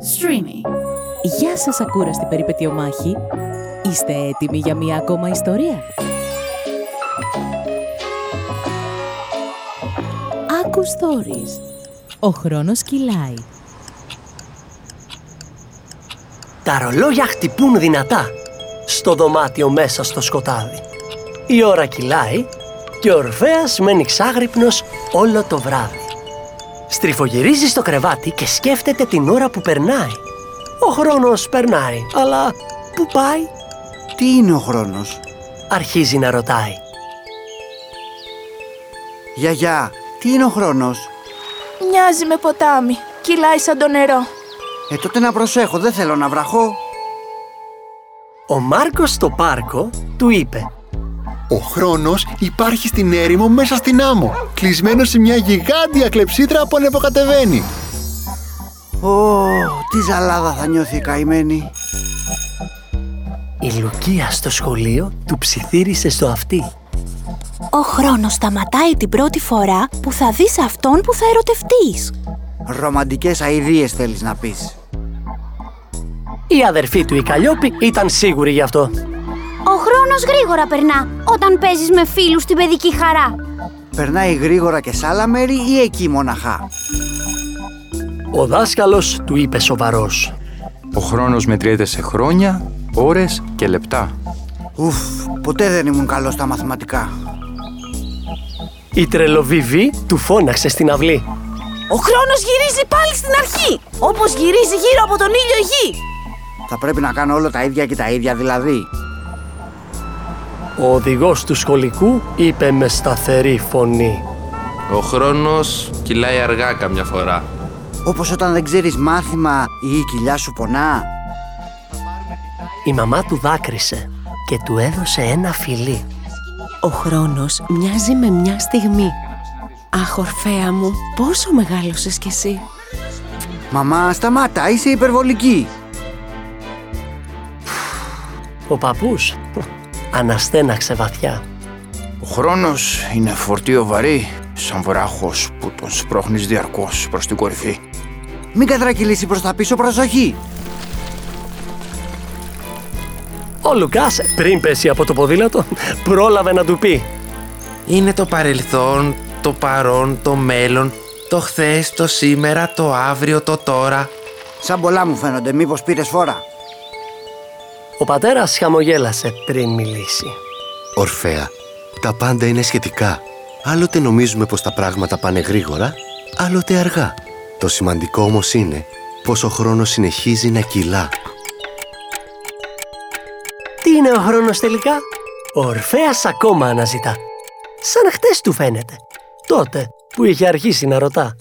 Creamy. Γεια σας ακούραστη περιπετειομάχη. Είστε έτοιμοι για μία ακόμα ιστορία. Άκου stories. Ο χρόνος κυλάει. Τα ρολόγια χτυπούν δυνατά στο δωμάτιο μέσα στο σκοτάδι. Η ώρα κυλάει και ο Ορφέας μένει ξάγρυπνος όλο το βράδυ. Στριφογυρίζεις στο κρεβάτι και σκέφτεται την ώρα που περνάει. Ο χρόνος περνάει, αλλά πού πάει? Τι είναι ο χρόνος. Αρχίζει να ρωτάει. Γιαγιά, τι είναι ο χρόνος. Μοιάζει με ποτάμι. Κυλάει σαν το νερό. Ε, τότε να προσέχω, δεν θέλω να βραχώ. Ο Μάρκος στο πάρκο του είπε Ο χρόνος υπάρχει στην έρημο μέσα στην άμμο, κλεισμένο σε μια γιγάντια κλεψίδρα που ανεβοκατεβαίνει. Ω, τι ζαλάδα θα νιώθει η καημένη. Η Λουκία στο σχολείο του ψιθύρισε στο αυτί Ο χρόνος σταματάει την πρώτη φορά που θα δεις αυτόν που θα ερωτευτείς. Ρομαντικές αηδίες θέλεις να πεις. Η αδερφή του η Καλλιόπη ήταν σίγουρη γι' αυτό Ο χρόνος γρήγορα περνά όταν παίζεις με φίλους στην παιδική χαρά. Περνάει γρήγορα και σε άλλα μέρη ή εκεί μοναχά. Ο δάσκαλος του είπε σοβαρός Ο χρόνος μετριέται σε χρόνια, ώρες και λεπτά. Ουφ, ποτέ δεν ήμουν καλός στα μαθηματικά. Η τρελοβιβή του φώναξε στην αυλή Ο χρόνος γυρίζει πάλι στην αρχή, όπως γυρίζει γύρω από τον ήλιο η γη. Θα πρέπει να κάνω όλα τα ίδια και τα ίδια δηλαδή. Ο οδηγός του σχολικού είπε με σταθερή φωνή Ο χρόνος κυλάει αργά καμιά φορά. Όπως όταν δεν ξέρεις μάθημα ή η κοιλιά σου πονά. Η μαμά του δάκρυσε και του έδωσε ένα φιλί Ο χρόνος μοιάζει με μια στιγμή. Αχ, Ορφέα μου, πόσο μεγάλωσες κι εσύ. Μαμά, σταμάτα, είσαι υπερβολική. Ο παππούς αναστέναξε βαθιά Ο χρόνος είναι φορτίο βαρύ, σαν βράχος που τον σπρώχνεις διαρκώς προς την κορυφή. Μην κατρακυλήσει προς τα πίσω, προσοχή. Ο Λουκάς πριν πέσει από το ποδήλατο πρόλαβε να του πει Είναι το παρελθόν, το παρόν, το μέλλον, το χθες, το σήμερα, το αύριο, το τώρα. Σαν πολλά μου φαίνονται, μήπως πήρες φόρα. Ο πατέρας χαμογέλασε πριν μιλήσει Ορφέα, τα πάντα είναι σχετικά. Άλλοτε νομίζουμε πως τα πράγματα πάνε γρήγορα, άλλοτε αργά. Το σημαντικό όμως είναι πως ο χρόνος συνεχίζει να κυλά. Τι είναι ο χρόνος τελικά? Ο Ορφέας ακόμα αναζητά. Σαν χτες του φαίνεται. Τότε που είχε αρχίσει να ρωτά.